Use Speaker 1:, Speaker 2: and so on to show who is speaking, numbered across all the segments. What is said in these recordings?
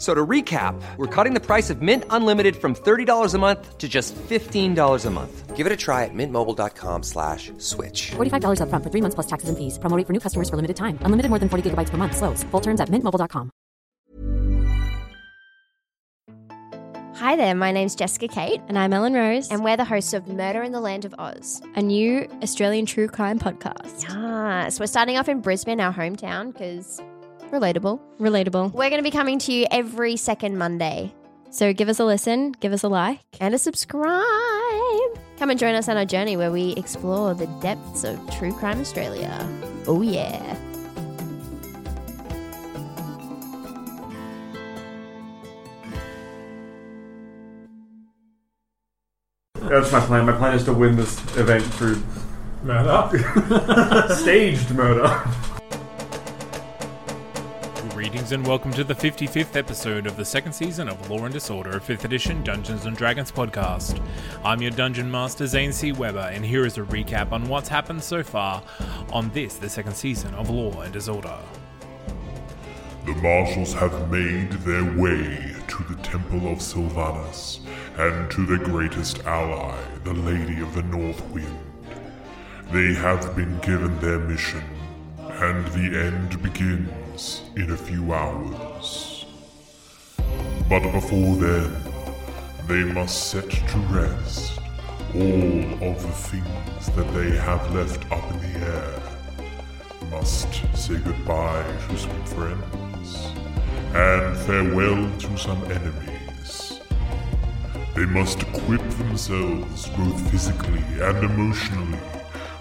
Speaker 1: So to recap, we're cutting the price of Mint Unlimited from $30 a month to just $15 a month. Give it a try at mintmobile.com slash switch.
Speaker 2: $45 upfront for three months plus taxes and fees. Promo rate for new customers for limited time. Unlimited more than 40 gigabytes per month. Slows. Full terms at mintmobile.com.
Speaker 3: Hi there, my name's Jessica Kate,
Speaker 4: And I'm Ellen Rose.
Speaker 3: and we're the hosts of Murder in the Land of Oz.
Speaker 4: a new Australian true crime podcast.
Speaker 3: Yes, we're starting off in Brisbane, our hometown, because relatable.
Speaker 4: Relatable.
Speaker 3: We're going to be coming to you every second Monday.
Speaker 4: So give us a listen, give us a like.
Speaker 3: And a subscribe. Come and join us on our journey where we explore the depths of true crime Australia. Oh, yeah.
Speaker 5: That's my plan. My plan is to win this event through murder, staged murder.
Speaker 6: Greetings and welcome to the 55th episode of the second season of Law and Disorder, 5th edition Dungeons and Dragons podcast. I'm your dungeon master, Zane C. Weber, and here is a recap on what's happened so far on this, the second season of Law and Disorder.
Speaker 7: The marshals have made their way to the Temple of Sylvanus and to their greatest ally, the Lady of the North Wind. They have been given their mission, and the end begins in a few hours. But before then, they must set to rest all of the things that they have left up in the air must say goodbye to some friends and farewell to some enemies. They must equip themselves both physically and emotionally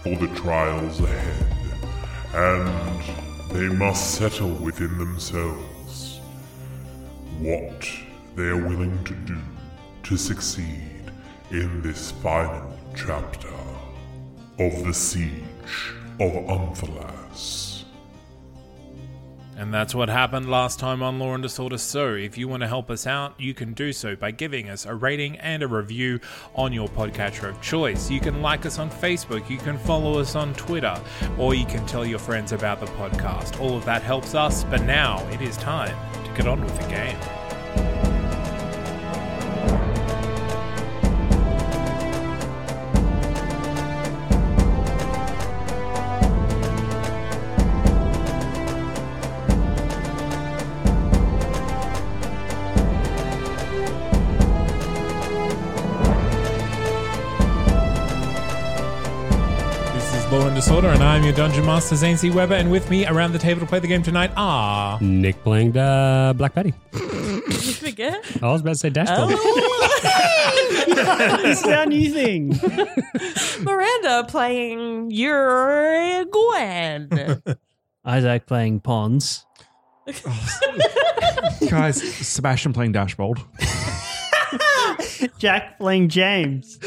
Speaker 7: for the trials ahead, and they must settle within themselves what they are willing to do to succeed in this final chapter of the siege of Unthalas.
Speaker 6: And that's what happened last time on Law and Disorder. So, if you want to help us out, you can do so by giving us a rating and a review on your podcatcher of choice. You can like us on Facebook, you can follow us on Twitter, or you can tell your friends about the podcast. All of that helps us, but now it is time to get on with the game. This is Law and Disorder, and I'm your Dungeon Master, Zane C. Weber, and with me around the table to play the game tonight are. um,
Speaker 8: Nick playing uh, Black Betty.
Speaker 9: forget?
Speaker 8: I was about to say Dash
Speaker 9: Oh.
Speaker 8: it's our new thing.
Speaker 9: Miranda playing your Gwen.
Speaker 10: Isaac playing Pons.
Speaker 11: Guys, Sebastian playing Dashbold.
Speaker 8: Jack playing James.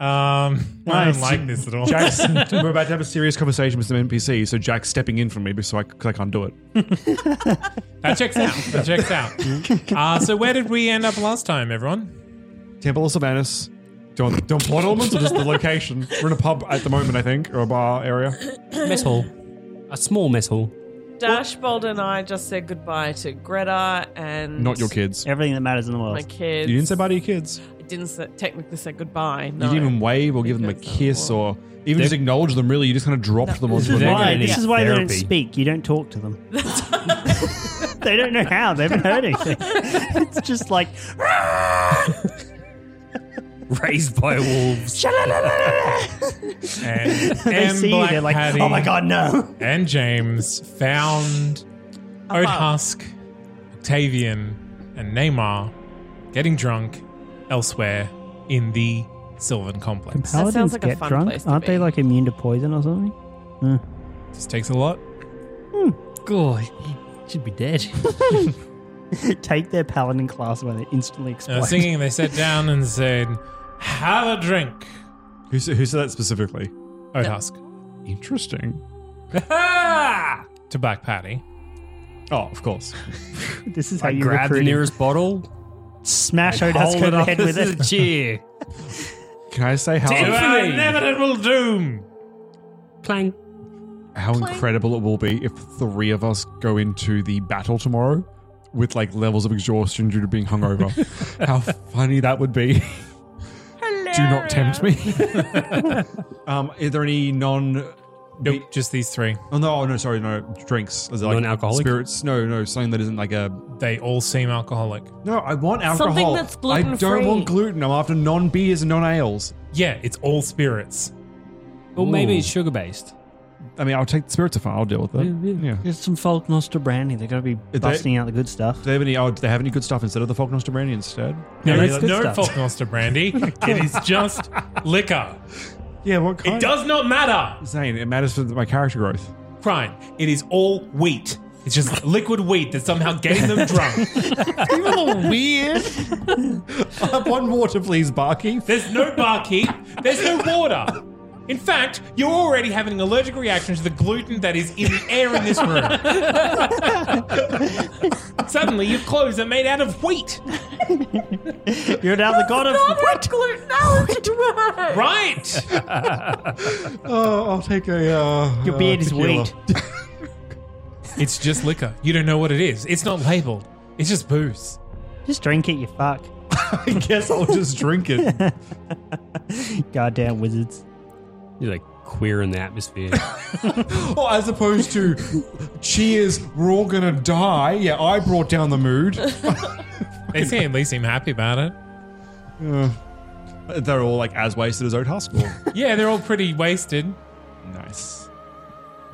Speaker 6: Um, I
Speaker 8: Nice.
Speaker 6: don't like this at all.
Speaker 11: Jack's, we're about to have a serious conversation with some NPC, so Jack's stepping in for me so I, 'cause I can't do it.
Speaker 6: That checks out. That checks out. Uh, so, where did we end up last time, everyone?
Speaker 11: Temple of Sylvanus. Do you want, do you want plot elements or just the location? We're in a pub at the moment, I think, or a bar area.
Speaker 8: mess hall. A small mess hall.
Speaker 9: Dashbold and I just said goodbye to Greta and
Speaker 11: Not your kids.
Speaker 10: Everything that matters in the
Speaker 9: My
Speaker 10: world.
Speaker 9: kids.
Speaker 11: You didn't say bye to your kids.
Speaker 9: I didn't say, technically say goodbye. No.
Speaker 11: You didn't even wave or give them a
Speaker 9: Because that
Speaker 11: kiss
Speaker 9: was-
Speaker 11: or even just acknowledge them, really. You just kind of dropped them onto
Speaker 8: They're
Speaker 11: the
Speaker 8: gonna
Speaker 10: Why?
Speaker 8: need
Speaker 10: This is why they don't
Speaker 8: therapy.
Speaker 10: speak. You don't talk to them. they don't know how. They haven't heard anything. it's just like
Speaker 8: Raised by wolves.
Speaker 6: And,
Speaker 10: they
Speaker 6: and
Speaker 10: see you.
Speaker 6: Black
Speaker 10: They're like,
Speaker 6: Patty
Speaker 10: oh my god, no.
Speaker 6: And James found Oat Husk, Octavian, and Neymar getting drunk elsewhere in the Sylvan Complex.
Speaker 9: That sounds like a fun place to
Speaker 10: Aren't
Speaker 9: be.
Speaker 10: they like immune to poison or something?
Speaker 6: Uh, This takes a lot.
Speaker 10: God.
Speaker 2: Should be dead. Take their paladin class where they instantly explode.
Speaker 6: I was thinking they sat down and said, Have a drink.
Speaker 4: Who, said- who said that specifically?
Speaker 6: Oh, Husk.
Speaker 4: Interesting.
Speaker 6: to Black Patty.
Speaker 4: Oh, of course.
Speaker 2: this is how
Speaker 8: I
Speaker 2: you
Speaker 8: grab
Speaker 2: recruit
Speaker 8: the
Speaker 2: him.
Speaker 8: nearest bottle.
Speaker 2: Smash
Speaker 8: I
Speaker 2: Odasko
Speaker 8: hold
Speaker 2: over
Speaker 8: it
Speaker 2: the
Speaker 8: up
Speaker 2: head
Speaker 8: as
Speaker 2: with
Speaker 8: a
Speaker 2: it.
Speaker 8: cheer.
Speaker 4: Can I say how
Speaker 6: To our inevitable doom.
Speaker 8: Clang.
Speaker 4: how incredible it will be if three of us go into the battle tomorrow with like levels of exhaustion due to being hungover? how funny that would be. Do not tempt me. um, are there any non?
Speaker 6: Nope, just these three.
Speaker 4: Oh no! Oh no! Sorry, no drinks. Is it like
Speaker 6: Non-alcoholic?
Speaker 4: spirits? No, no, something that isn't like a.
Speaker 6: They all seem alcoholic.
Speaker 4: No, I want alcohol.
Speaker 6: Something that's
Speaker 4: I don't
Speaker 6: gluten-free.
Speaker 4: want gluten. I'm after non beers and non ales.
Speaker 6: Yeah, it's all spirits.
Speaker 8: Or Oh, maybe it's
Speaker 4: Ooh.
Speaker 8: sugar based.
Speaker 4: I mean, I'll take the spirits afar. I'll deal with it. Yeah.
Speaker 2: Get some Falknoster brandy. They're going to be
Speaker 4: They-
Speaker 2: busting out the good stuff.
Speaker 4: Do they have any? Oh, do they have any good stuff instead of the Falknoster brandy instead?
Speaker 2: No,
Speaker 6: There
Speaker 2: that's
Speaker 6: is
Speaker 2: good
Speaker 6: no
Speaker 2: stuff.
Speaker 6: Falknoster brandy. it is just liquor.
Speaker 4: Yeah, what kind?
Speaker 6: It does not matter.
Speaker 4: Zane, it matters for my character growth.
Speaker 6: Crime. It is all wheat. It's just liquid wheat that's somehow getting them drunk.
Speaker 4: You're a little weird. One water, please, barkeep.
Speaker 6: There's no barkeep. There's no water. In fact, you're already having an allergic reaction to the gluten that is in the air in this room. Suddenly, your clothes are made out of wheat.
Speaker 2: You're now the god of.
Speaker 3: what gluten allergy was.
Speaker 6: Right.
Speaker 4: Oh, I'll take a. Uh,
Speaker 2: Your beard is wheat.
Speaker 6: It's just liquor. You don't know what it is. It's not labeled. It's just booze.
Speaker 2: Just drink it, you fuck.
Speaker 4: I guess I'll just drink it.
Speaker 2: Goddamn wizards.
Speaker 8: You're like queer in the atmosphere.
Speaker 4: Or as opposed to, cheers, we're all gonna die. Yeah, I brought down the mood.
Speaker 6: They seem at least seem happy about it.
Speaker 4: They're all like as wasted as Oat Husk.
Speaker 6: Yeah, they're all pretty wasted.
Speaker 4: nice.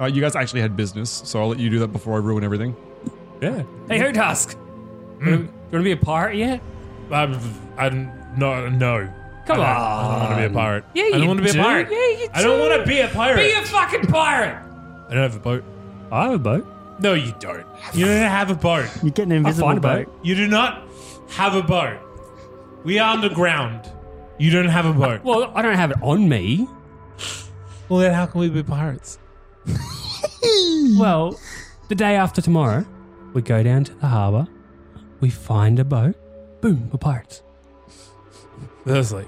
Speaker 4: Uh, you guys actually had business, so I'll let you do that before I ruin everything.
Speaker 6: Yeah.
Speaker 8: hey, Hoot Husk. You want to be a pirate yet?
Speaker 6: I'm, I'm Um, no no. I
Speaker 8: Come
Speaker 6: don't, I don't want to be a
Speaker 8: on.
Speaker 6: pirate.
Speaker 8: Yeah,
Speaker 6: I don't
Speaker 8: you
Speaker 6: want to be
Speaker 8: do.
Speaker 6: a pirate.
Speaker 8: Yeah, you
Speaker 6: I don't
Speaker 8: do.
Speaker 6: want to be a pirate.
Speaker 8: Be a fucking pirate.
Speaker 6: I don't have a boat.
Speaker 8: I have a boat.
Speaker 6: No, you don't. You don't have a boat.
Speaker 2: You get an invisible
Speaker 8: find a
Speaker 2: boat.
Speaker 8: boat.
Speaker 6: You do not have a boat. We are underground. You don't have a boat.
Speaker 8: Well, I don't have it on me.
Speaker 6: Well, then how can we be pirates?
Speaker 8: Well, the day after tomorrow, we go down to the harbour. We find a boat. Boom, we're pirates.
Speaker 6: Firstly,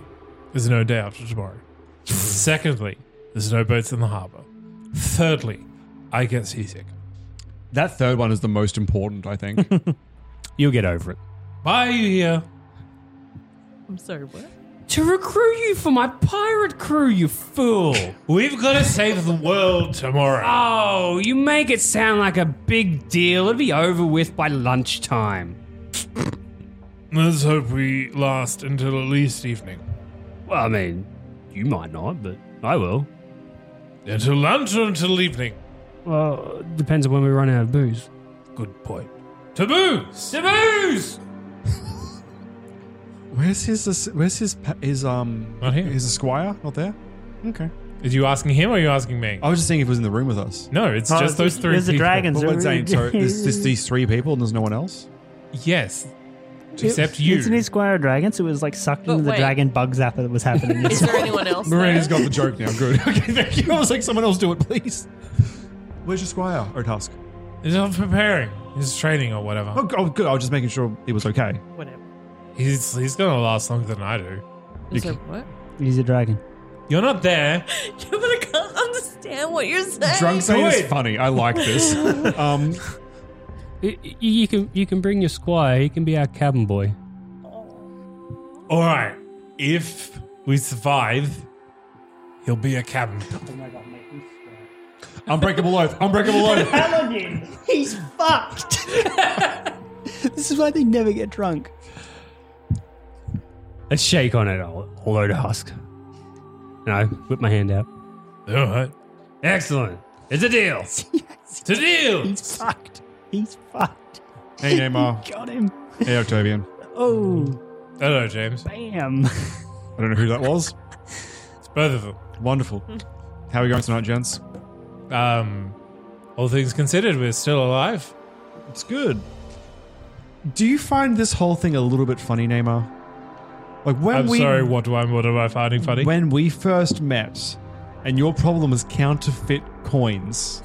Speaker 6: there's no day after tomorrow. Secondly, there's no boats in the harbour. Thirdly, I get seasick.
Speaker 4: That third one is the most important, I think.
Speaker 8: You'll get over it.
Speaker 6: Why are you here?
Speaker 3: I'm sorry, what?
Speaker 8: To recruit you for my pirate crew, you fool.
Speaker 6: We've got to save the world tomorrow.
Speaker 8: oh, you make it sound like a big deal. It'll be over with by lunchtime.
Speaker 6: Let's hope we last until at least evening.
Speaker 8: Well, I mean, you might not, but I will.
Speaker 6: Until lunch or until evening?
Speaker 8: Well, depends on when we run out of booze.
Speaker 6: Good point. Taboos! Taboos!
Speaker 4: where's his? Where's his? pa- His um?
Speaker 6: Not here.
Speaker 4: His esquire? Not there. Okay.
Speaker 6: Is you asking him or are you asking me?
Speaker 4: I was just seeing if he was in the room with us.
Speaker 6: No, it's
Speaker 2: Oh,
Speaker 6: just those three.
Speaker 2: There's the
Speaker 6: people.
Speaker 2: dragons.
Speaker 4: But what
Speaker 2: They're-
Speaker 4: Zane, sorry, there's just these three people and there's no one else?
Speaker 6: Yes. Except you.
Speaker 2: It's an Esquire of Dragons. It was like sucked into the
Speaker 3: wait.
Speaker 2: dragon bug zapper that was happening.
Speaker 3: Is there anyone else?
Speaker 4: Marina's
Speaker 3: there?
Speaker 4: got the joke now. Good. Okay, thank you. I was like, someone else do it, please. Where's your squire or task?
Speaker 6: He's not preparing. He's training or whatever.
Speaker 4: Oh, g- oh, good. I was just making sure it was okay.
Speaker 3: Whatever.
Speaker 6: He's he's gonna last longer than I do.
Speaker 3: I'm sorry, what?
Speaker 2: He's a dragon.
Speaker 6: You're not there.
Speaker 3: Yeah, but I can't understand what you're saying.
Speaker 4: Drunk Zane is
Speaker 6: good.
Speaker 4: funny. I like this. um,
Speaker 8: Y- y- You can you can bring your squire. He can be our cabin boy.
Speaker 6: All right. If we survive, he'll be a cabin.
Speaker 4: unbreakable oath. Unbreakable oath.
Speaker 2: He's fucked. this is why they never get drunk.
Speaker 8: Let's shake on it, all load of husk. And I whip my hand out.
Speaker 6: All right.
Speaker 8: Excellent. It's a deal.
Speaker 6: To deal.
Speaker 2: He's fucked. He's fucked.
Speaker 4: hey, Neymar.
Speaker 2: Got him.
Speaker 4: Hey, Octavian.
Speaker 2: Oh,
Speaker 6: Hello, James.
Speaker 2: bam.
Speaker 4: I don't know who that was.
Speaker 6: It's both of them.
Speaker 4: Wonderful. How are we going tonight, gents?
Speaker 6: Um, all things considered, we're still alive.
Speaker 12: It's good.
Speaker 6: Do you find this whole thing a little bit funny, Neymar? Like when
Speaker 4: I'm
Speaker 6: we
Speaker 4: sorry, what do I what am I finding funny?
Speaker 6: When we first met, and your problem was counterfeit coins,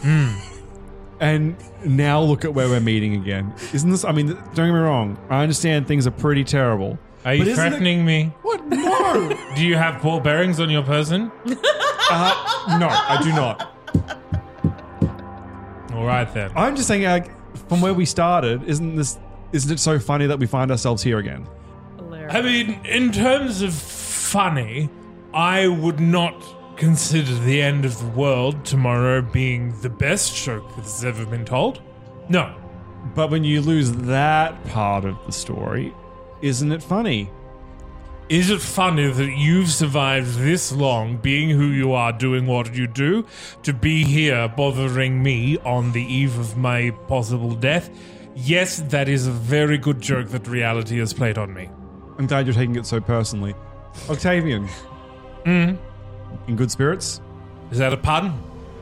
Speaker 6: and now look at where we're meeting again. Isn't this? I mean, don't get me wrong. I understand things are pretty terrible.
Speaker 4: Are you
Speaker 6: but isn't it-
Speaker 4: threatening me?
Speaker 6: What? No.
Speaker 4: Do you have ball bearings on your person?
Speaker 6: uh, no, I do not.
Speaker 4: All right then.
Speaker 6: I'm just saying, like, from where we started, isn't this? Isn't it so funny that we find ourselves here again?
Speaker 4: I mean, in terms of funny, I would not consider the end of the world tomorrow being the best joke that's ever been told. No.
Speaker 6: But when you lose that part of the story, isn't it funny?
Speaker 4: Is it funny that you've survived this long being who you are, doing what you do, to be here bothering me on the eve of my possible death? Yes, that is a very good joke that reality has played on me.
Speaker 6: I'm glad you're taking it so personally. Octavian.
Speaker 4: Mm.
Speaker 6: In good spirits?
Speaker 4: Is that a pun?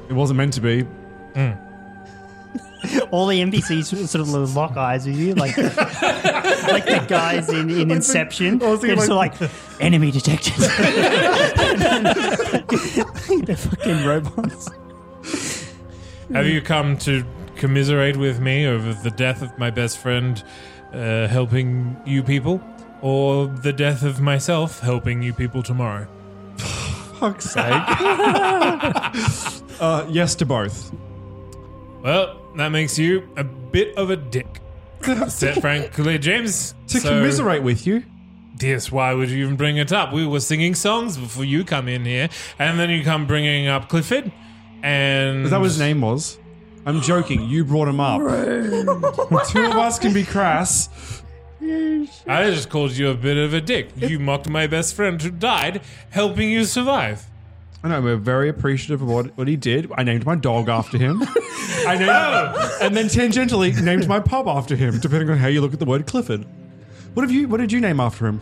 Speaker 6: It wasn't meant to be.
Speaker 10: All the NPCs sort of lock eyes with you, like like the guys in, in Inception.
Speaker 12: I was
Speaker 10: They're
Speaker 12: thinking
Speaker 10: just
Speaker 12: like-
Speaker 10: like, enemy detected. They're fucking robots.
Speaker 4: Have you come to commiserate with me over the death of my best friend uh, helping you people? Or the death of myself helping you people tomorrow?
Speaker 6: Fuck's sake. uh, yes to both.
Speaker 4: Well, that makes you a bit of a dick. Said frankly, James.
Speaker 6: To commiserate with you?
Speaker 4: Yes, why would you even bring it up? We were singing songs before you come in here, and then you come bringing up Clifford, and
Speaker 6: Is that what his name was? I'm joking. You brought him up. Two of us can be crass.
Speaker 4: I just called you a bit of a dick. You mocked my best friend who died, helping you survive.
Speaker 6: I know, we're very appreciative of what, what he did. I named my dog after him. I know. and then tangentially named my pub after him, depending on how you look at the word Clifford. What have you what did you name after him?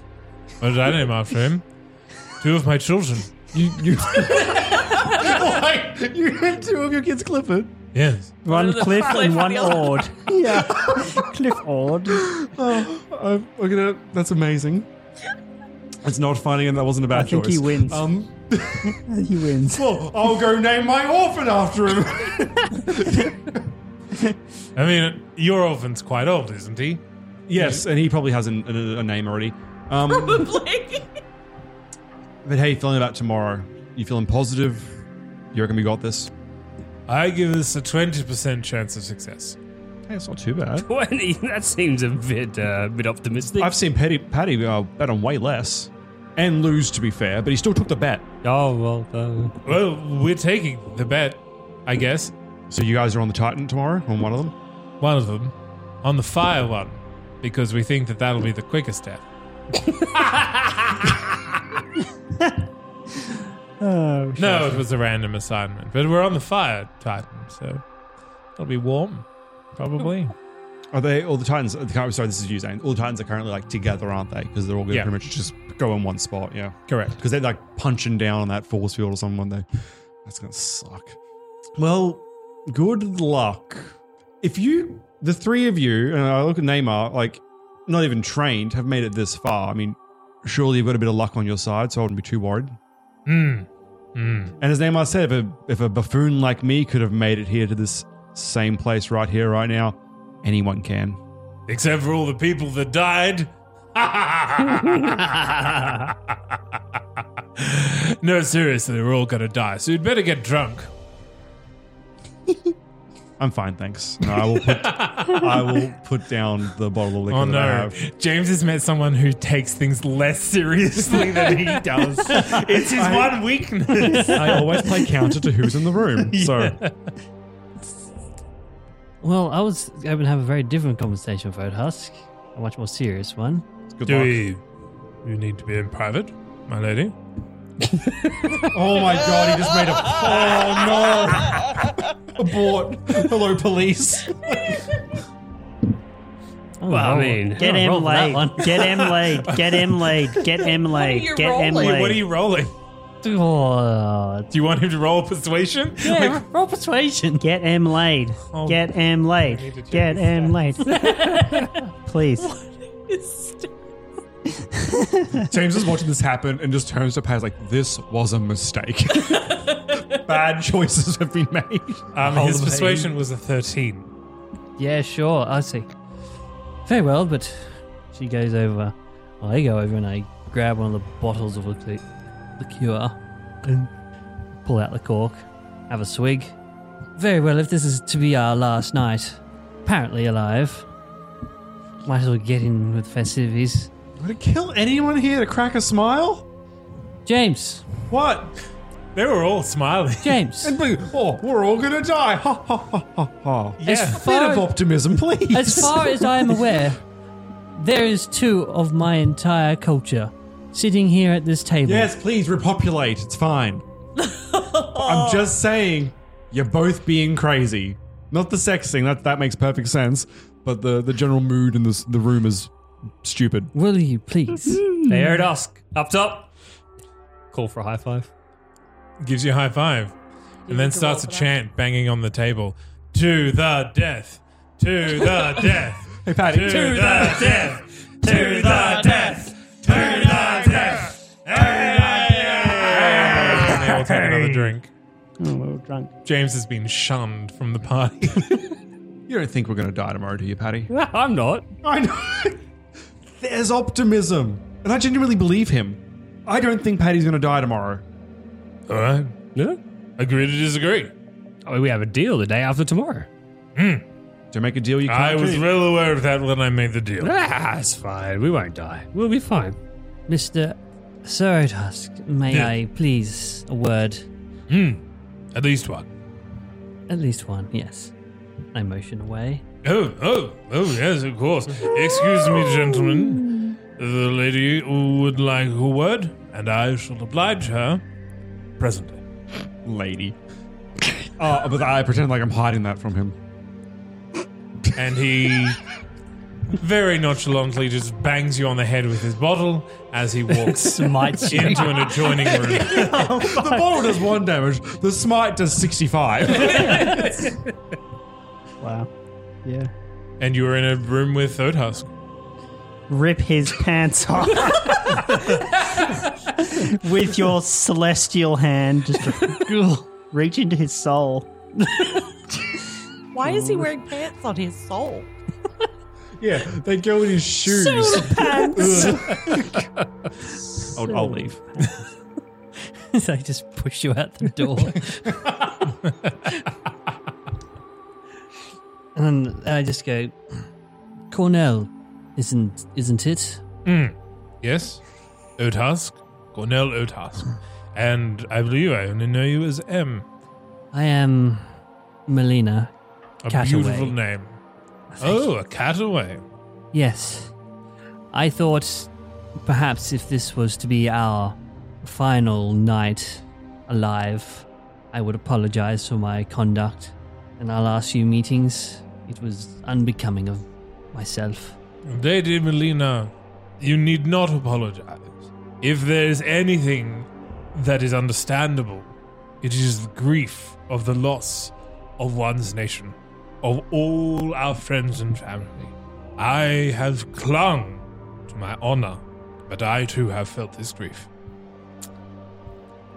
Speaker 4: What did I name after him? Two of my children.
Speaker 6: You, you
Speaker 4: Why?
Speaker 6: You had two of your kids Clifford.
Speaker 4: Yes.
Speaker 10: One Cliff
Speaker 6: Cliff and
Speaker 10: and one
Speaker 6: the other.
Speaker 10: Ord. Yeah. Cliff Ord.
Speaker 6: Oh, I'm looking at it. That's amazing. It's not funny, and that wasn't a bad
Speaker 10: I think
Speaker 6: choice.
Speaker 10: he wins.
Speaker 6: Um,
Speaker 10: he wins.
Speaker 6: Well, I'll go name my orphan after him.
Speaker 4: I mean, your orphan's quite old, isn't he?
Speaker 6: yes, and he probably has an, an, a name already. Um,
Speaker 9: Probably.
Speaker 6: but hey, feeling about tomorrow? You feeling positive? You reckon we got this?
Speaker 4: I give this a twenty percent chance of success.
Speaker 6: Hey, it's not too bad.
Speaker 12: 20. That seems a bit, uh, bit optimistic.
Speaker 6: I've seen Patty, Patty uh, bet on way less and lose, to be fair, but he still took the bet.
Speaker 12: Oh, well, uh,
Speaker 4: Well, we're taking the bet, I guess.
Speaker 6: So you guys are on the Titan tomorrow, on one of them?
Speaker 4: One of them, on the fire one, because we think that that'll be the quickest death.
Speaker 10: Oh, shit.
Speaker 4: No, it was a random assignment, but we're on the fire titan, so it'll be warm,
Speaker 8: Oh.
Speaker 4: probably.
Speaker 6: Are they all the Titans? uh, the- Sorry, this is you, Zane. All the Titans are currently like together, aren't they? Because they're all going to
Speaker 4: Yeah.
Speaker 6: pretty much just go in one spot. Yeah,
Speaker 4: Correct.
Speaker 6: Because they're like punching down on that force field or something. They that's going to suck. Well, good luck. If you, the three of you, and I look at Neymar, like not even trained, have made it this far. I mean, surely you've got a bit of luck on your side, so I wouldn't be too worried.
Speaker 4: Hmm. Hmm.
Speaker 6: And as Neymar said, if a, if a buffoon like me could have made it here to this same place right here, right now, anyone can.
Speaker 4: Except for all the people that died. no, seriously, we're all gonna die, so you'd better get drunk.
Speaker 6: I'm fine, thanks. No, I will put I will put down the bottle of liquor
Speaker 4: Oh
Speaker 6: that I
Speaker 4: no.
Speaker 6: have.
Speaker 4: James has met someone who takes things less seriously than he does. It's his
Speaker 6: I-
Speaker 4: one weakness.
Speaker 6: I always play counter to who's in the room. So
Speaker 8: Well, I was going to have a very different conversation with Husk, a much more serious one.
Speaker 6: Good
Speaker 4: Do we, you need to be in private, my lady?
Speaker 6: Oh my god, he just made a Oh no. Abort. Hello police.
Speaker 8: Oh,
Speaker 6: Well, I
Speaker 8: roll-
Speaker 6: mean,
Speaker 8: roll-
Speaker 10: Get
Speaker 8: roll
Speaker 10: M
Speaker 8: for that one.
Speaker 10: laid. Get M laid. Get M laid. Get M laid. Get M laid.
Speaker 4: What are you rolling? uh,
Speaker 7: Do you want him to roll persuasion?
Speaker 4: Yeah,
Speaker 7: Like-
Speaker 4: roll persuasion. Get M laid. Get M laid. Get M laid. Please.
Speaker 6: James is watching this happen and just turns to Paz like, this was a mistake. Bad choices have been made.
Speaker 7: Um, his persuasion was a 13.
Speaker 8: Yeah, sure. I see. Very well, but she goes over. Well, I go over and I grab one of the bottles of liqui- liqueur and pull out the cork, have a swig. Very well, if this is to be our last night, apparently alive, might as well get in with festivities.
Speaker 6: Would it kill anyone here to crack a smile?
Speaker 8: James!
Speaker 7: What? They were all smiling.
Speaker 8: James!
Speaker 6: and we, oh, we're all gonna die. Ha ha ha ha ha.
Speaker 8: As
Speaker 6: A bit of optimism, please.
Speaker 8: As far as I'm aware, there is two of my entire culture sitting here at this table.
Speaker 6: Yes, please repopulate. It's fine. I'm just saying, you're both being crazy. Not the sex thing. That that makes perfect sense. But the the general mood in this the room is stupid.
Speaker 8: Will you please?
Speaker 6: They
Speaker 7: heard
Speaker 8: Dusk, up top. Call for a high five.
Speaker 7: Gives you a high five. and then starts a chant banging on the table. To the death. To the death.
Speaker 6: Hey, Patty.
Speaker 7: To,
Speaker 6: To
Speaker 7: the,
Speaker 6: the
Speaker 7: death. To the death. To the death. And they all take another drink.
Speaker 10: Oh,
Speaker 4: we're all drunk.
Speaker 7: James has been shunned from the party.
Speaker 6: You don't think we're gonna die tomorrow, do you, Patty?
Speaker 8: I'm not.
Speaker 6: I know. There's optimism, and I genuinely believe him. I don't think Patty's gonna die tomorrow.
Speaker 7: All right. Yeah. Agree to disagree.
Speaker 8: I mean, we have a deal the day after tomorrow.
Speaker 6: To make a deal, you can't.
Speaker 7: I was
Speaker 6: keep.
Speaker 7: well aware of that when I made the deal.
Speaker 8: Ah, it's fine. We won't die. We'll be fine. Mr. Sorotusk, may
Speaker 7: Yeah.
Speaker 8: I please a word?
Speaker 7: Hmm. At least one.
Speaker 8: At least one, yes. I motion away.
Speaker 7: Oh, oh, oh, yes, of course. Excuse me, gentlemen. The lady would like a word, and I shall oblige her presently.
Speaker 6: lady. Oh, but I pretend like I'm hiding that from him.
Speaker 7: And he very nonchalantly just bangs you on the head with his bottle as he walks
Speaker 8: Smites you. oh
Speaker 7: into an adjoining room.
Speaker 6: the bottle does one damage. The smite does sixty-five.
Speaker 4: Wow. Yeah.
Speaker 7: And you are in a room with Thudhusk.
Speaker 4: Rip his pants off with your celestial hand. Just reach into his soul.
Speaker 13: Why is he wearing pants on his soul?
Speaker 6: yeah, they go in his shoes. I'll, I'll leave.
Speaker 8: they just push you out the door. and I just go, Cornell, isn't isn't it?
Speaker 7: Mm. Yes, Otask, Cornell Otask. And I believe I only know you as M.
Speaker 8: I am Melina.
Speaker 7: A
Speaker 8: Cataway.
Speaker 7: beautiful name. Oh, a cataway.
Speaker 8: Yes. I thought perhaps if this was to be our final night alive, I would apologize for my conduct. In our last few meetings, it was unbecoming of myself.
Speaker 7: Lady Melina, you need not apologize. If there's anything that is understandable, it is the grief of the loss of one's nation, of all our friends and family. I have clung to my honor, but I too have felt this grief.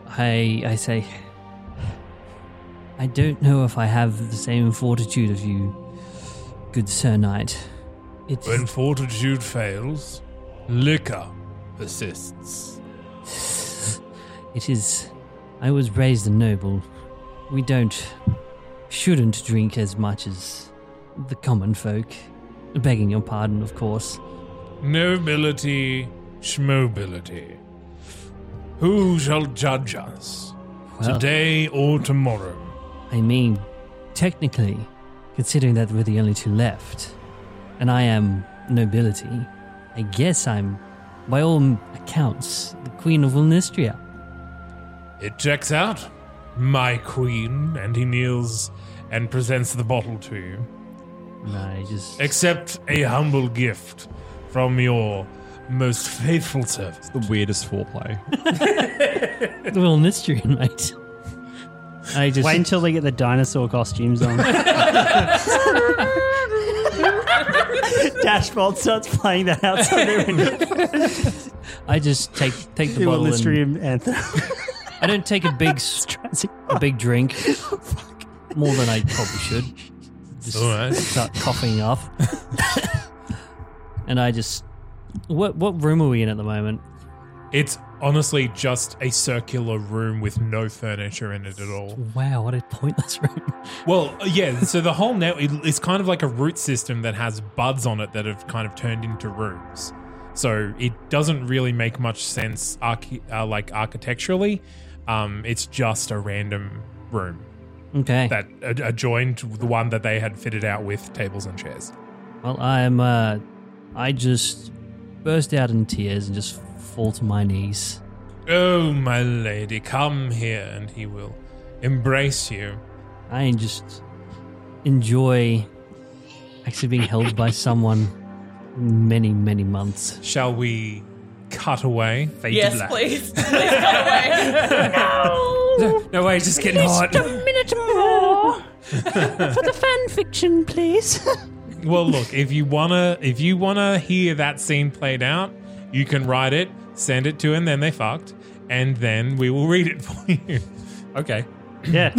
Speaker 8: I I say I don't know if I have the same fortitude of you, good Sir Knight. It's
Speaker 7: When fortitude fails, liquor persists.
Speaker 8: It is. I was raised a noble. We don't. shouldn't drink as much as the common folk. Begging your pardon, of course.
Speaker 7: Nobility, schmobility. Who shall judge us?
Speaker 8: Well-
Speaker 7: Today or tomorrow?
Speaker 8: I mean, technically, considering that we're the only two left, and I am nobility, I guess I'm, by all accounts, the Queen of Wilnistria.
Speaker 7: It checks out. My queen. And he kneels and presents the bottle to you.
Speaker 8: And I just.
Speaker 7: Accept a humble gift from your
Speaker 4: Most faithful servant. It's
Speaker 6: the weirdest foreplay.
Speaker 8: well, Nistrian, mate. I just
Speaker 10: Wait until they get the dinosaur costumes on. Dashbolt starts playing that outside the window.
Speaker 8: I just take take the
Speaker 10: You want
Speaker 8: bottle
Speaker 10: Listrium
Speaker 8: and I don't take a big s- a big drink, more than I probably should. Just
Speaker 4: All right.
Speaker 8: start coughing up, and I just what what room are we in at the moment?
Speaker 4: It's honestly just a circular room with no furniture in it at all.
Speaker 8: Wow, what a pointless room.
Speaker 4: Well, yeah, so the whole net it- it's kind of like a root system that has buds on it that have kind of turned into rooms. So it doesn't really make much sense archi- uh, like architecturally. Um, it's just a random room.
Speaker 8: Okay.
Speaker 4: That ad- adjoined the one that they had fitted out with tables and chairs.
Speaker 8: Well, I'm uh, I just burst out in tears and just fall to my knees.
Speaker 4: Oh, my lady, come here and he will embrace you.
Speaker 8: I just enjoy actually being held by someone many, many months.
Speaker 4: Shall we cut away? Fade
Speaker 9: yes, please. Please cut away.
Speaker 8: no.
Speaker 4: No way, it's just getting hot.
Speaker 14: minute more for the fan fiction, please.
Speaker 4: well, look, if you wanna, if you wanna hear that scene played out, you can write it, send it to, and then they fucked, and then we will read it for you. Okay.
Speaker 10: Yeah.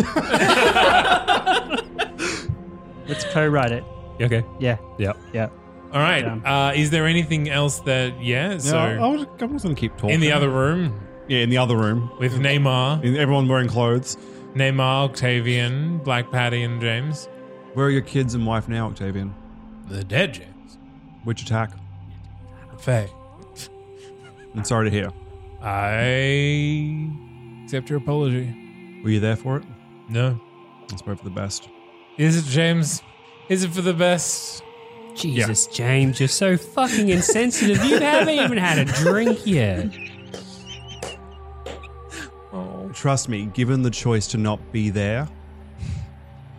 Speaker 10: Let's co-write it.
Speaker 4: Okay.
Speaker 10: Yeah.
Speaker 4: Yeah.
Speaker 10: Yeah.
Speaker 4: All right. Uh, is there anything else that? Yeah. So
Speaker 6: I, was, I was going to keep talking.
Speaker 4: in the other room.
Speaker 6: Yeah, in the other room.
Speaker 4: With Neymar.
Speaker 6: everyone wearing clothes.
Speaker 4: Neymar, Octavian, Black Patty, and James.
Speaker 6: Where are your kids and wife now, Octavian?
Speaker 4: They're dead, James.
Speaker 6: Which attack?
Speaker 4: Faye.
Speaker 6: I'm sorry to hear.
Speaker 4: I accept your apology.
Speaker 6: Were you there for it?
Speaker 4: No.
Speaker 6: It's probably for the best.
Speaker 4: Is it James? Is it for the best?
Speaker 12: Jesus, James, you're so fucking insensitive. You haven't even had a drink yet.
Speaker 6: Trust me, given the choice to not be there,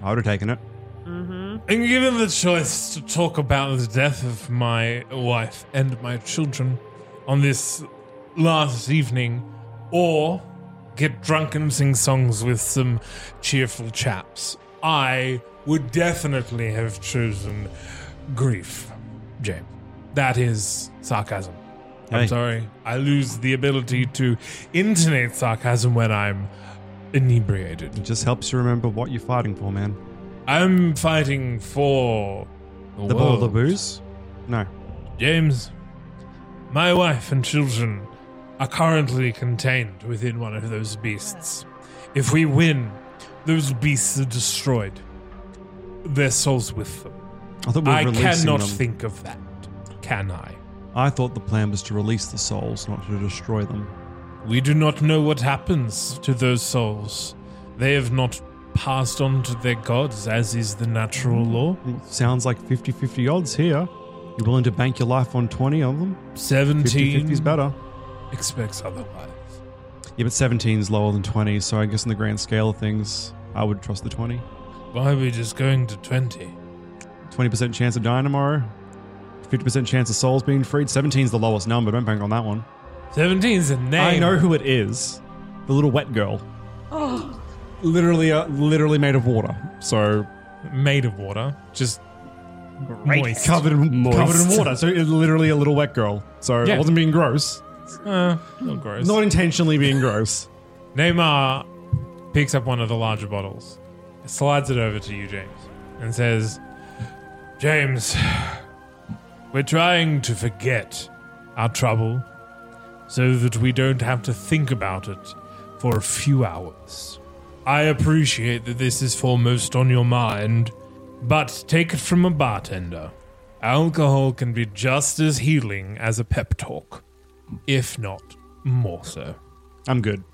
Speaker 6: I would have taken it.
Speaker 4: And given the choice to talk about the death of my wife and my children on this last evening, or get drunk and sing songs with some cheerful chaps, I would definitely have chosen grief, James. That is sarcasm.
Speaker 6: Hey.
Speaker 4: I'm sorry. I lose the ability to intonate sarcasm when I'm inebriated.
Speaker 6: It just helps you remember what you're fighting for, man.
Speaker 4: I'm fighting for the,
Speaker 6: The bottle
Speaker 4: world.
Speaker 6: of booze? No.
Speaker 4: James, my wife and children are currently contained within one of those beasts. If we win, those beasts are destroyed. Their souls with them.
Speaker 6: I thought we were releasing
Speaker 4: cannot
Speaker 6: them.
Speaker 4: think of that. Can I?
Speaker 6: I thought the plan was to release the souls, not to destroy them.
Speaker 4: We do not know what happens to those souls. They have not passed on to their gods, as is the natural law.
Speaker 6: Sounds like 50 50 odds here. You're willing to bank your life on 20 of them?
Speaker 4: 17.
Speaker 6: 50 is better.
Speaker 4: Expects otherwise.
Speaker 6: Yeah, but 17 is lower than 20, so I guess in the grand scale of things, I would trust the 20.
Speaker 4: Why are we just going to 20?
Speaker 6: 20% chance of dying tomorrow, 50% chance of souls being freed. 17 is the lowest number. Don't bank on that one.
Speaker 4: 17 is a name.
Speaker 6: I know who it is. The little wet girl.
Speaker 4: Oh.
Speaker 6: Literally, uh, literally made of water. So
Speaker 4: made of water, just moist.
Speaker 6: covered in
Speaker 4: Moist.
Speaker 6: covered in water. So it's literally a little wet girl. So
Speaker 4: Yeah.
Speaker 6: it wasn't being gross.
Speaker 4: Uh, not gross.
Speaker 6: Not intentionally being gross.
Speaker 4: Neymar picks up one of the larger bottles, slides it over to you, James, and says, James, we're trying to forget our trouble so that we don't have to think about it for a few hours. I appreciate that this is foremost on your mind, but take it from a bartender. Alcohol can be just as healing as a pep talk, if not more so.
Speaker 6: I'm good,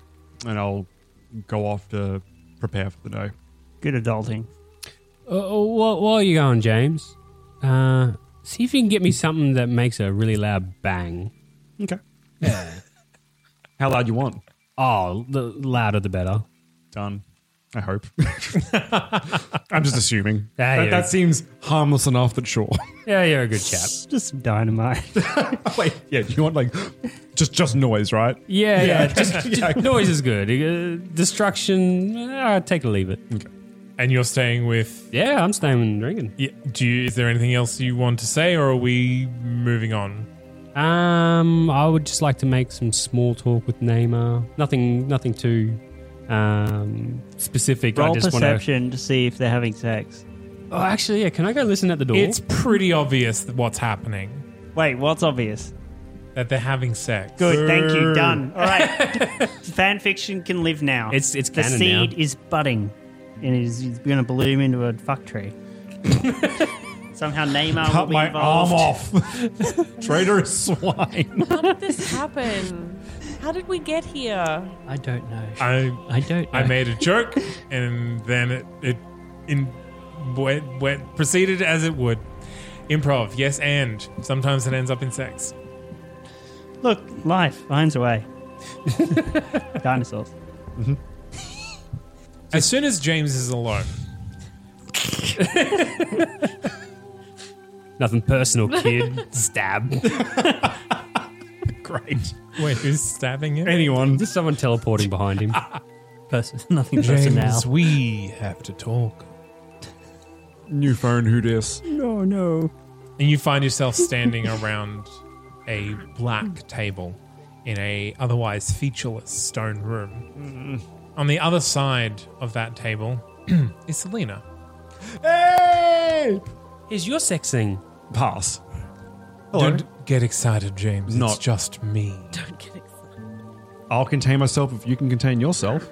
Speaker 6: and I'll go off to prepare for the day.
Speaker 10: Good adulting.
Speaker 12: Uh, while, while you're going, James, uh, see if you can get me something that makes a really loud bang.
Speaker 6: Okay.
Speaker 12: Yeah.
Speaker 6: How loud you want?
Speaker 12: Oh, the louder the better.
Speaker 6: Done. I hope. I'm just assuming.
Speaker 12: Yeah,
Speaker 6: that,
Speaker 12: yeah.
Speaker 6: that seems harmless enough that sure.
Speaker 12: Yeah, you're a good chap.
Speaker 6: Just dynamite. Wait, yeah, you want like just just noise, right?
Speaker 12: Yeah, yeah. Just,
Speaker 6: Yeah,
Speaker 12: just
Speaker 6: okay.
Speaker 12: noise is good. Uh, destruction, uh, take or leave it.
Speaker 4: And you're staying with?
Speaker 12: Yeah, I'm staying with Regan.
Speaker 4: Yeah. Do you? Is there anything else you want to say, or are we moving on?
Speaker 12: Um, I would just like to make some small talk with Neymar. Nothing, nothing too um, specific.
Speaker 10: Roll
Speaker 12: I just
Speaker 10: perception to see if they're having sex.
Speaker 12: want to. Oh, actually, yeah. Can I go listen at the door?
Speaker 4: It's pretty obvious that what's happening.
Speaker 10: Wait, what's obvious?
Speaker 4: That they're having sex.
Speaker 10: Good, thank you.
Speaker 4: Boo.
Speaker 10: Done. Oh. All right. Fan fiction can live now.
Speaker 12: It's- it's
Speaker 10: the
Speaker 12: canon
Speaker 10: seed
Speaker 12: now.
Speaker 10: is budding, and it is going to bloom into a fuck tree. Somehow Neymar will
Speaker 6: Cut
Speaker 10: be
Speaker 6: my
Speaker 10: involved.
Speaker 6: arm off. Traitorous swine.
Speaker 9: How did this happen? How did we get here?
Speaker 8: I don't know.
Speaker 4: I
Speaker 8: I don't.
Speaker 4: I
Speaker 8: know.
Speaker 4: made a joke, and then it it in went, went proceeded as it would. Improv, yes, and sometimes it ends up in sex.
Speaker 10: Look, life finds a way. Dinosaurs.
Speaker 4: As soon as James is alone,
Speaker 12: Nothing personal, kid. Stab.
Speaker 4: Great. Wait, who's stabbing him?
Speaker 12: Anyone? Just someone teleporting behind him.
Speaker 8: Person, nothing
Speaker 4: James,
Speaker 8: personnel.
Speaker 4: we have to talk.
Speaker 6: New phone, who dis?
Speaker 4: No, no. And you find yourself standing around a black table in a otherwise featureless stone room.
Speaker 10: Mm-hmm.
Speaker 4: On the other side of that table is Selena.
Speaker 6: Hey!
Speaker 12: Is your sex thing?
Speaker 6: Pass.
Speaker 4: Don't get excited, James.
Speaker 6: Not-
Speaker 4: It's just me.
Speaker 6: I'll contain myself if you can contain yourself.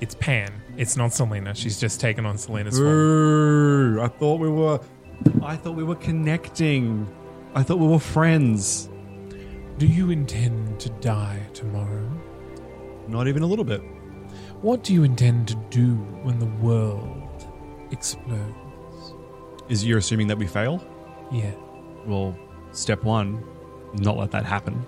Speaker 4: It's Pan. It's not Selena. She's just taken on Selena's form.
Speaker 6: Ooh, I thought we were I thought we were connecting. I thought we were friends.
Speaker 4: Do you intend to die tomorrow?
Speaker 6: Not even a little bit.
Speaker 4: What do you intend to do when the world explodes?
Speaker 6: Is you're assuming that we fail?
Speaker 4: Yeah.
Speaker 6: Well, step one, not let that happen.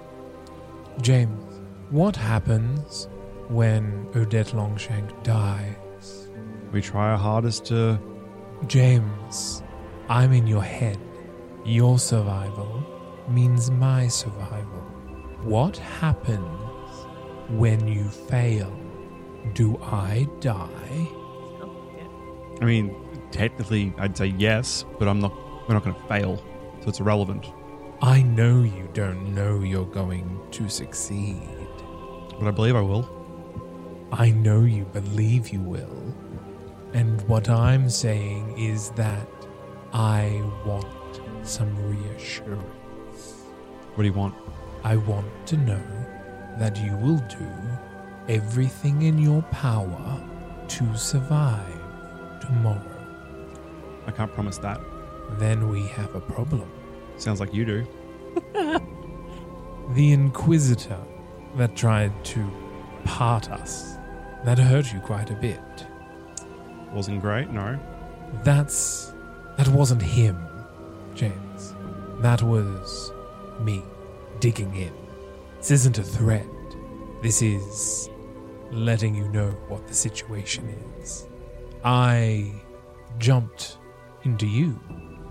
Speaker 4: James, what happens when Odette Longshank dies?
Speaker 6: We try our hardest to
Speaker 4: James, I'm in your head. Your survival means my survival. What happens when you fail? Do I die?
Speaker 6: I mean, technically I'd say yes, but I'm not we're not gonna fail. So it's irrelevant.
Speaker 4: I know you don't know you're going to succeed.
Speaker 6: But I believe I will.
Speaker 4: I know you believe you will. And what I'm saying is that I want some reassurance.
Speaker 6: What do you want?
Speaker 4: I want to know that you will do everything in your power to survive tomorrow.
Speaker 6: I can't promise that.
Speaker 4: Then we have a problem.
Speaker 6: Sounds like you do.
Speaker 4: The Inquisitor that tried to part us, that hurt you quite a bit.
Speaker 6: Wasn't great, no.
Speaker 4: That's. That wasn't him, James. That was me digging in. This isn't a threat. This is letting you know what the situation is. I jumped into you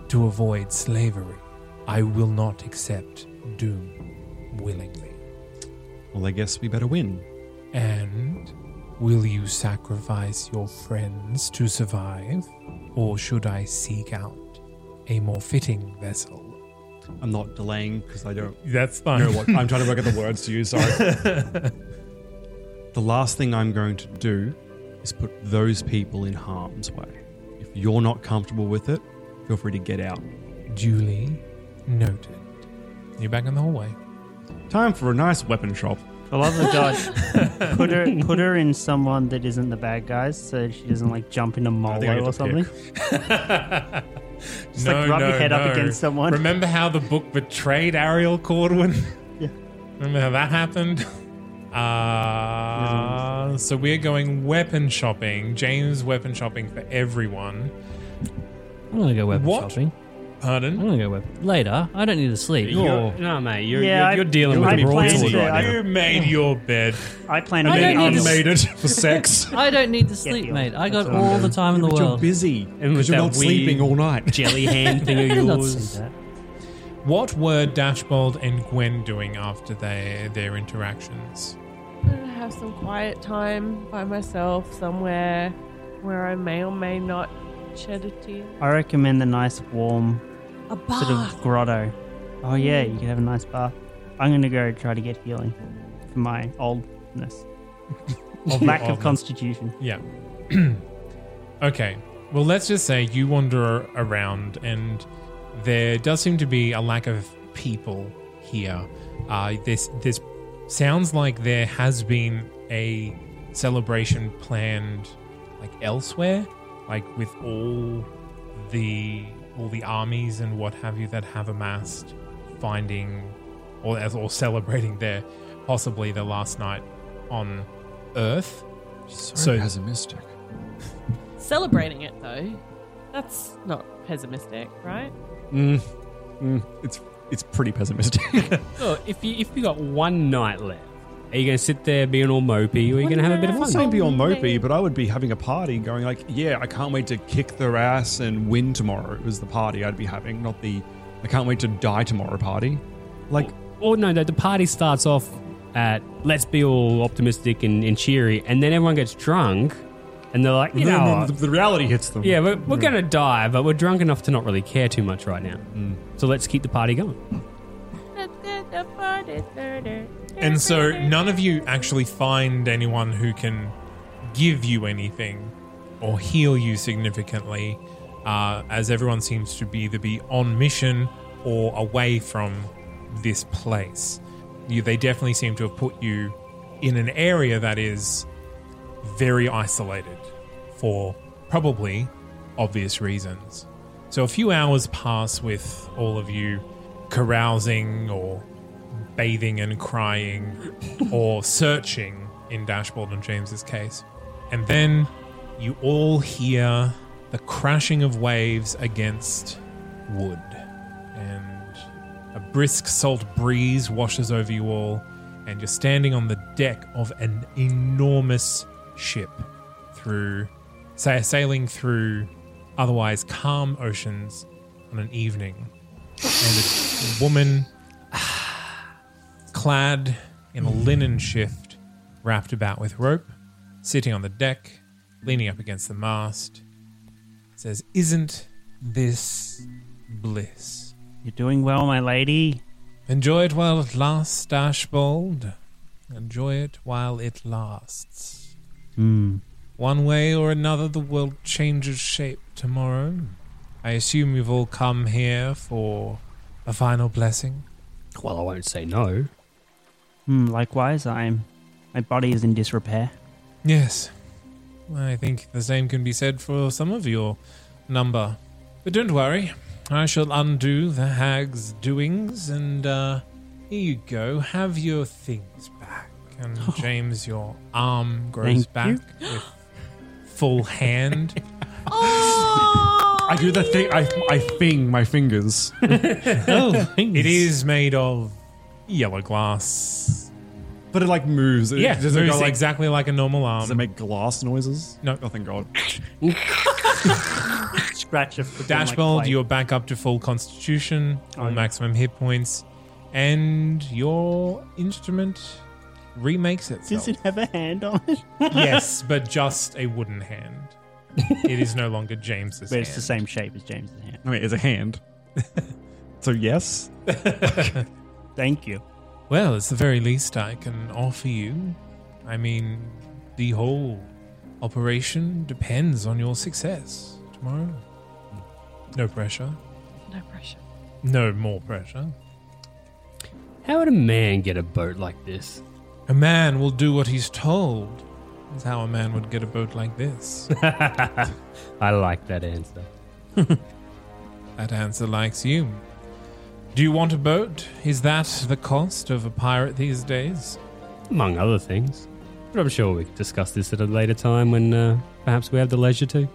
Speaker 4: to avoid slavery. I will not accept doom willingly.
Speaker 6: Well, I guess we better win.
Speaker 4: And will you sacrifice your friends to survive? Or should I seek out a more fitting vessel?
Speaker 6: I'm not delaying because I don't.
Speaker 4: That's fine.
Speaker 6: know what- I'm trying to work out the words to use. Sorry. the last thing I'm going to do is put those people in harm's way. If you're not comfortable with it, feel free to get out.
Speaker 4: Duly noted. You're back in the hallway.
Speaker 6: Time for a nice weapon shop.
Speaker 10: For love of God, put her put her in someone that isn't the bad guys, so she doesn't like jump in a
Speaker 6: I think I
Speaker 10: molo
Speaker 6: get
Speaker 10: or
Speaker 6: to
Speaker 10: something. Just like rub your head up against someone.
Speaker 4: Remember how the book betrayed Ariel Cordwin?
Speaker 10: Yeah.
Speaker 4: Remember how that happened? Uh, so we're going weapon shopping. James weapon shopping for everyone.
Speaker 8: I'm gonna go weapon
Speaker 4: What?
Speaker 8: shopping.
Speaker 4: Pardon?
Speaker 8: I'm gonna go with later. I don't need to sleep.
Speaker 12: You're-
Speaker 8: Or-
Speaker 12: no, mate,
Speaker 4: you're- Yeah, you're- I- you're dealing with I the planned broadsword it. right now. You made your bed.
Speaker 10: I plan
Speaker 8: I
Speaker 10: on
Speaker 8: don't need to-
Speaker 6: Made it for sex.
Speaker 8: I don't need to sleep, mate. I got all the time in the
Speaker 6: but
Speaker 8: world.
Speaker 6: You're busy.
Speaker 8: And with
Speaker 6: you're
Speaker 8: that
Speaker 6: not sleeping
Speaker 8: weird
Speaker 6: all night.
Speaker 8: jelly hand thing of I did not yours. say that.
Speaker 4: What were Dashbold and Gwen doing after their their interactions?
Speaker 9: I'm gonna have some quiet time by myself somewhere where I may or may not shed a tear.
Speaker 10: I recommend the nice warm
Speaker 9: A
Speaker 10: sort
Speaker 9: bath.
Speaker 10: of grotto. Oh yeah, you can have a nice bath. I'm gonna go try to get healing for my oldness.
Speaker 4: Of your
Speaker 10: Lack of
Speaker 4: oldness.
Speaker 10: constitution.
Speaker 4: Yeah. okay. Well, let's just say you wander around, and there does seem to be a lack of people here. Uh, this this sounds like there has been a celebration planned, like elsewhere, like with all the all the armies and what have you that have amassed, finding or or celebrating their possibly their last night on Earth.
Speaker 6: So pessimistic.
Speaker 9: Celebrating it though, that's not pessimistic, right?
Speaker 6: Mm. Mm. It's it's pretty pessimistic.
Speaker 12: Look, if you if you got one night left, are you going to sit there being all mopey, or are you going to have a bit of
Speaker 6: I'm not
Speaker 12: fun?
Speaker 6: saying be all mopey, but I would be having a party, going like, "Yeah, I can't wait to kick their ass and win tomorrow." It was the party I'd be having, not the "I can't wait to die tomorrow" party.
Speaker 12: Like, or no, the, the party starts off at let's be all optimistic and, and cheery, and then everyone gets drunk, and they're like, you
Speaker 6: Then-
Speaker 12: know,
Speaker 6: then
Speaker 12: what?
Speaker 6: the- the reality hits them.
Speaker 12: Yeah, we're, we're
Speaker 6: Mm.
Speaker 12: going to die, but we're drunk enough to not really care too much right now.
Speaker 4: Mm.
Speaker 12: So let's keep the party going.
Speaker 4: And so none of you actually find anyone who can give you anything or heal you significantly, uh, as everyone seems to be either be on mission or away from this place. You, they definitely seem to have put you in an area that is very isolated for probably obvious reasons. So a few hours pass with all of you carousing or bathing and crying or searching in Dashboard and James's case. And then you all hear the crashing of waves against wood. And a brisk salt breeze washes over you all, and you're standing on the deck of an enormous ship through sa- sailing through otherwise calm oceans on an evening. And a woman clad in a linen shift, wrapped about with rope, sitting on the deck, leaning up against the mast, says, Isn't this bliss?
Speaker 10: You're doing well, my lady.
Speaker 4: Enjoy it while it lasts, Dashbold. Enjoy it while it lasts.
Speaker 10: Hmm.
Speaker 4: One way or another, the world changes shape tomorrow. I assume you've all come here for a final blessing.
Speaker 12: Well, I won't say no.
Speaker 10: Hmm, likewise, I'm. My body is in disrepair.
Speaker 4: Yes. I think the same can be said for some of your number. But don't worry, I shall undo the hag's doings, and uh, here you go. Have your things back. And James, your arm grows back
Speaker 6: Thank
Speaker 4: with full hand.
Speaker 6: I do the thing. I I fing my fingers.
Speaker 4: oh, it is made of yellow glass.
Speaker 6: But it like moves. It
Speaker 4: yeah,
Speaker 6: doesn't go
Speaker 4: moves
Speaker 6: like-
Speaker 4: exactly like a normal arm.
Speaker 6: Does it make glass noises?
Speaker 4: No,
Speaker 6: oh, thank God.
Speaker 10: Scratch a
Speaker 4: Dashbold, you're back up to full constitution,
Speaker 10: Oh.
Speaker 4: all maximum hit points, and your instrument remakes itself.
Speaker 10: Does it have a hand on it?
Speaker 4: yes, but just a wooden hand. It is no longer James's
Speaker 10: But
Speaker 4: hand.
Speaker 10: it's the same shape as James's hand.
Speaker 6: I mean, it's a hand. so yes.
Speaker 10: Thank you.
Speaker 4: Well, it's the very least I can offer you. I mean, the whole operation depends on your success tomorrow.
Speaker 12: Hmm.
Speaker 4: No pressure.
Speaker 9: No pressure.
Speaker 4: No more pressure.
Speaker 12: How would a man get a boat like this?
Speaker 4: A man will do what he's told. That's how a man would get a boat like this.
Speaker 12: I like that answer.
Speaker 4: That answer likes you. Do you want a boat? Is that the cost of a pirate these days?
Speaker 12: Among other things. But I'm sure we could discuss this at a later time when uh,
Speaker 4: Mm.
Speaker 12: perhaps we have the leisure to.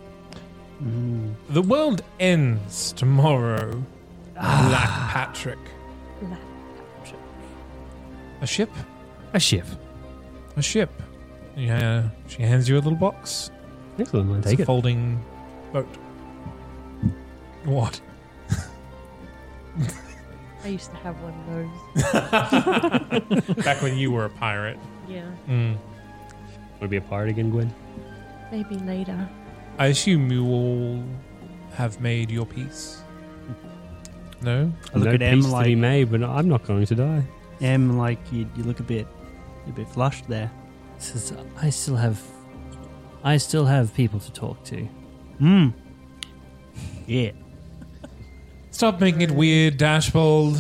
Speaker 4: The world ends tomorrow.
Speaker 12: Ah.
Speaker 4: Black Patrick. A ship?
Speaker 12: A ship.
Speaker 4: A ship. Yeah, she hands you a little box.
Speaker 12: Excellent, I
Speaker 4: It's
Speaker 12: take
Speaker 4: a
Speaker 12: it.
Speaker 4: folding boat. What?
Speaker 9: I used to have one of those.
Speaker 4: Back when you were a pirate.
Speaker 9: Yeah.
Speaker 4: Mm.
Speaker 12: Wanna be a pirate again, Gwen?
Speaker 9: Maybe later.
Speaker 4: I assume you all have made your peace. No?
Speaker 10: I look
Speaker 12: no
Speaker 10: at M
Speaker 12: peace to
Speaker 10: like-
Speaker 12: be made, but I'm not going to die.
Speaker 10: Em, like you, you look a bit, a bit flushed there.
Speaker 8: Says I still have, I still have people to talk to.
Speaker 10: Hmm. Yeah.
Speaker 4: Stop making it weird, Dashbold.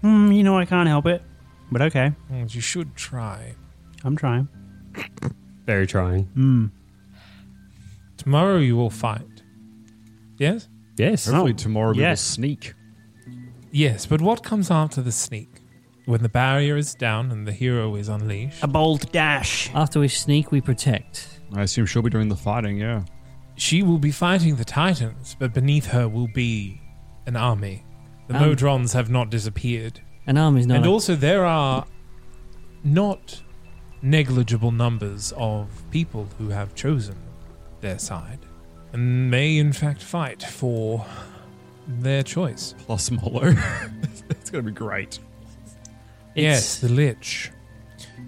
Speaker 10: Hmm. You know I can't help it, but okay,
Speaker 4: Mm, You should try.
Speaker 10: I'm trying.
Speaker 12: Very trying.
Speaker 10: Hmm.
Speaker 4: Tomorrow you will fight. Yes?
Speaker 12: Yes.
Speaker 10: Oh,
Speaker 6: Hopefully tomorrow we will
Speaker 4: Yes.
Speaker 6: sneak.
Speaker 4: Yes, but what comes after the sneak? When the barrier is down and the hero is unleashed?
Speaker 10: A bold dash.
Speaker 8: After we sneak, we protect.
Speaker 6: I assume she'll be doing the fighting, yeah.
Speaker 4: She will be fighting the Titans, but beneath her will be an army. The
Speaker 8: Um,
Speaker 4: Modrons have not disappeared.
Speaker 12: Um,
Speaker 8: An army's not.
Speaker 4: and
Speaker 8: a-
Speaker 4: also, there are not negligible numbers of people who have chosen their side and may, in fact, fight for their choice.
Speaker 6: Plus Molo. it's going to be great.
Speaker 4: yes, the Lich.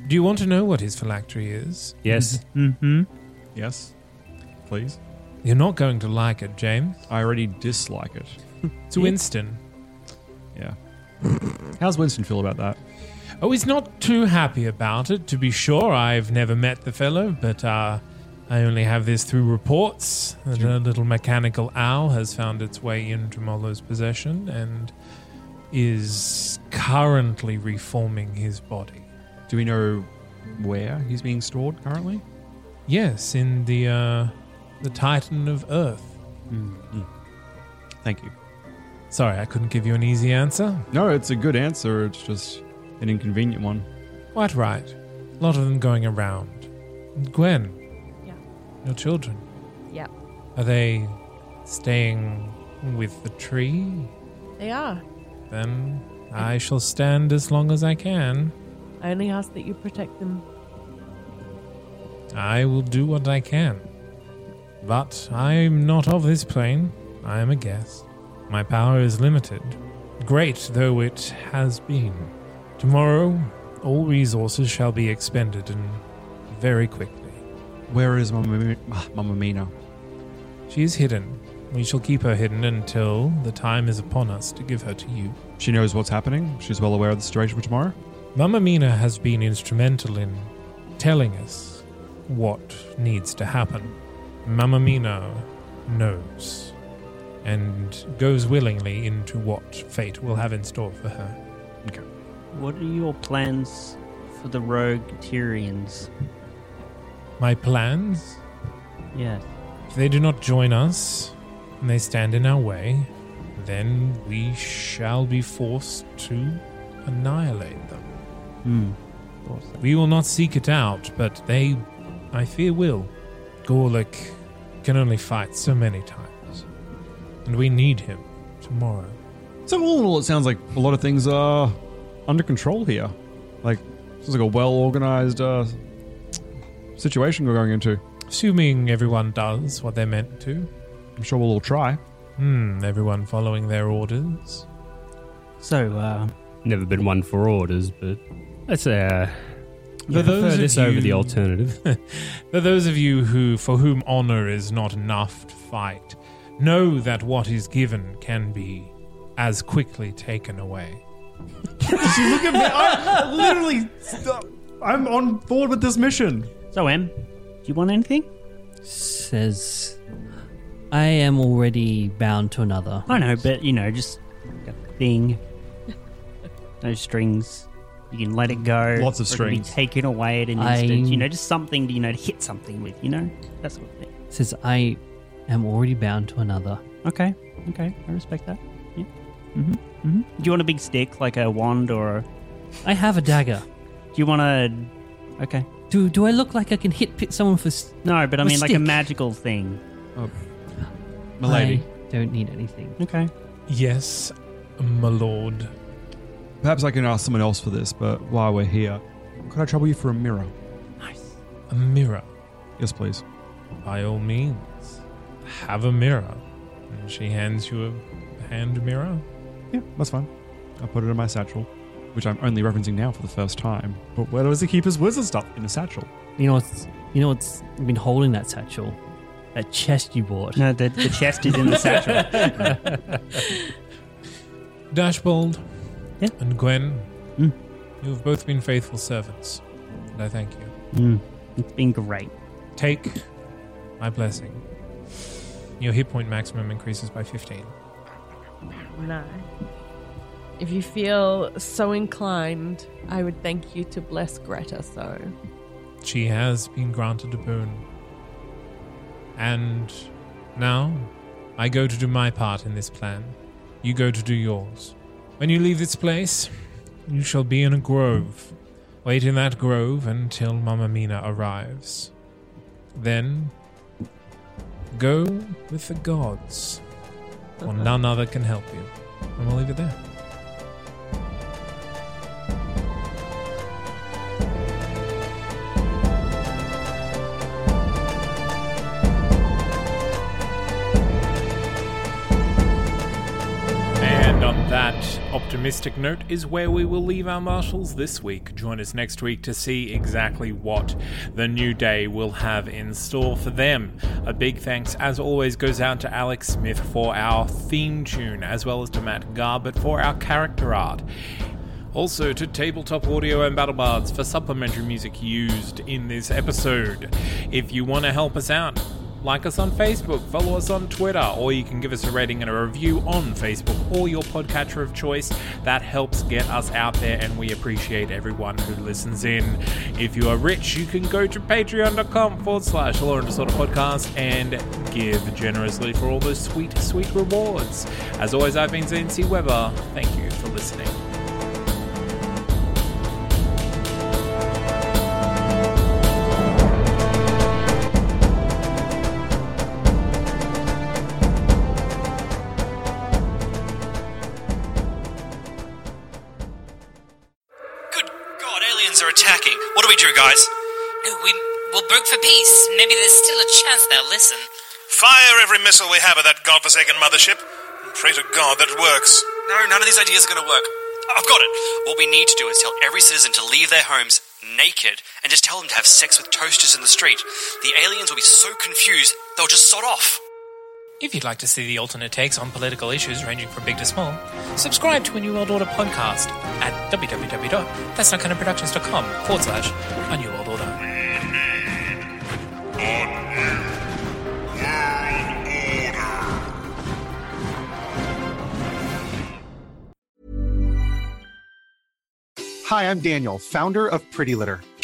Speaker 4: Do you want to know what his phylactery is?
Speaker 12: Yes.
Speaker 10: Mm-hmm.
Speaker 6: Yes. Please.
Speaker 4: You're not going to like it, James.
Speaker 6: I already dislike it.
Speaker 4: It's Winston.
Speaker 6: Yeah. How's Winston feel about that?
Speaker 4: Oh, he's not too happy about it, to be sure. I've never met the fellow, but uh, I only have this through reports that a little mechanical owl has found its way into Molo's possession and is currently reforming his body.
Speaker 6: Do we know where he's being stored currently?
Speaker 4: Yes, in the uh, the Titan of Earth.
Speaker 6: Thank you.
Speaker 4: Sorry, I couldn't give you an easy answer.
Speaker 6: No, it's a good answer. It's just an inconvenient one.
Speaker 4: Quite right. A lot of them going around. Gwen.
Speaker 9: Yeah.
Speaker 4: Your children.
Speaker 9: Yeah.
Speaker 4: Are they staying with the tree?
Speaker 9: They are.
Speaker 4: Then I shall stand as long as I can.
Speaker 9: I only ask that you protect them.
Speaker 4: I will do what I can. But I'm not of this plane. I am a guest. My power is limited, great though it has been. Tomorrow, all resources shall be expended and very quickly.
Speaker 6: Where is Mama, Mama Mina?
Speaker 4: She is hidden. We shall keep her hidden until the time is upon us to give her to you.
Speaker 6: She knows what's happening. She's well aware of the situation for tomorrow.
Speaker 4: Mamma Mina has been instrumental in telling us what needs to happen. Mamma Mina knows and goes willingly into what fate will have in store for her.
Speaker 10: What are your plans for the rogue Tyrians?
Speaker 4: My plans?
Speaker 10: Yes.
Speaker 4: If they do not join us and they stand in our way, then we shall be forced to annihilate them.
Speaker 10: Hmm.
Speaker 4: We will not seek it out, but they, I fear, will. Gorlick can only fight so many times, and we need him tomorrow.
Speaker 6: So all in all, it sounds like a lot of things are under control here. Like, sounds like a well organized uh, situation we're going into.
Speaker 4: Assuming everyone does what they're meant to.
Speaker 6: I'm sure we'll all try.
Speaker 4: Hmm, everyone following their orders.
Speaker 10: So, uh,
Speaker 12: Never been one for orders, but let's say uh,
Speaker 4: For
Speaker 12: I prefer
Speaker 4: those of
Speaker 12: this over the
Speaker 4: you-
Speaker 12: alternative.
Speaker 4: For those of you who, for whom honor is not enough to fight, know that what is given can be as quickly taken away.
Speaker 6: look at me. I literally, I'm on board with this mission.
Speaker 10: so Em, do you want anything?
Speaker 8: says, I am already bound to another.
Speaker 10: I know, but you know, just a thing. No strings. You can let it go.
Speaker 6: Lots of
Speaker 10: or it can
Speaker 6: strings.
Speaker 10: Be taken away at an
Speaker 8: I-
Speaker 10: instant. You know, just something. You know, to hit something with. You know, that sort of thing.
Speaker 8: Says I am already bound to another.
Speaker 10: Okay. Okay. I respect that. Yeah. Mm-hmm. Mm-hmm. Do you want a big stick, like a wand, or? a-
Speaker 8: I have a dagger.
Speaker 10: Do you want a? Okay.
Speaker 8: Do do I look like I can hit pit someone for? s-
Speaker 10: No, but I
Speaker 8: A
Speaker 10: mean, like a
Speaker 8: stick.
Speaker 10: magical thing.
Speaker 6: Oh. Milady.
Speaker 8: I don't need anything.
Speaker 10: Okay.
Speaker 4: Yes, my lord.
Speaker 6: Perhaps I can ask someone else for this, but while we're here, could I trouble you for a mirror?
Speaker 4: A mirror.
Speaker 6: Yes, please.
Speaker 4: By all means, have a mirror. And she hands you a hand mirror.
Speaker 6: Yeah, that's fine. I put it in my satchel, which I'm only referencing now for the first time. But where does he keep his wizard stuff? In a satchel.
Speaker 8: You know what's you know what's been holding that satchel? That chest you bought.
Speaker 15: No, the, the chest is in the satchel.
Speaker 4: Dashbold and Gwen,
Speaker 15: Mm.
Speaker 4: you have both been faithful servants, and I thank you.
Speaker 15: Mm, it's been great.
Speaker 4: Take my blessing. Your hit point maximum increases by 15.
Speaker 16: No. If you feel so inclined, I would thank you to bless Greta so.
Speaker 4: She has been granted a boon. And now I go to do my part in this plan. You go to do yours. When you leave this place, you shall be in a grove. Wait in that grove until Mamma Mina arrives. Then go with the gods, for none other can help you. And we'll leave it there. And on that optimistic note is where we will leave our marshals this week. Join us next week to see exactly what the new day will have in store for them. A big thanks, as always, goes out to Alex Smith for our theme tune, as well as to Matt Garbutt for our character art. Also to Tabletop Audio and BattleBards for supplementary music used in this episode. If you want to help us out, like us on Facebook, follow us on Twitter, or you can give us a rating and a review on Facebook or your podcatcher of choice. That helps get us out there, and we appreciate everyone who listens in. If you are rich, you can go to patreon.com forward slash law and disorder podcast and give generously for all those sweet, sweet rewards. As always, I've been Zane C. Weber. Thank you for listening.
Speaker 1: God, aliens are attacking. What do we do, guys?
Speaker 17: No, we, we'll broke for peace. Maybe there's still a chance they'll listen.
Speaker 18: Fire every missile we have at that godforsaken mothership, and pray to God that it works.
Speaker 1: No, none of these ideas are going to work. I've got it. What we need to do is tell every citizen to leave their homes naked and just tell them to have sex with toasters in the street. The aliens will be so confused, they'll just sod off.
Speaker 17: If you'd like to see the alternate takes on political issues ranging from big to small, subscribe to a New World Order podcast at www.thatsnotkindofproductions.com forward slash a New World Order.
Speaker 3: Hi, I'm Daniel, founder of Pretty Litter.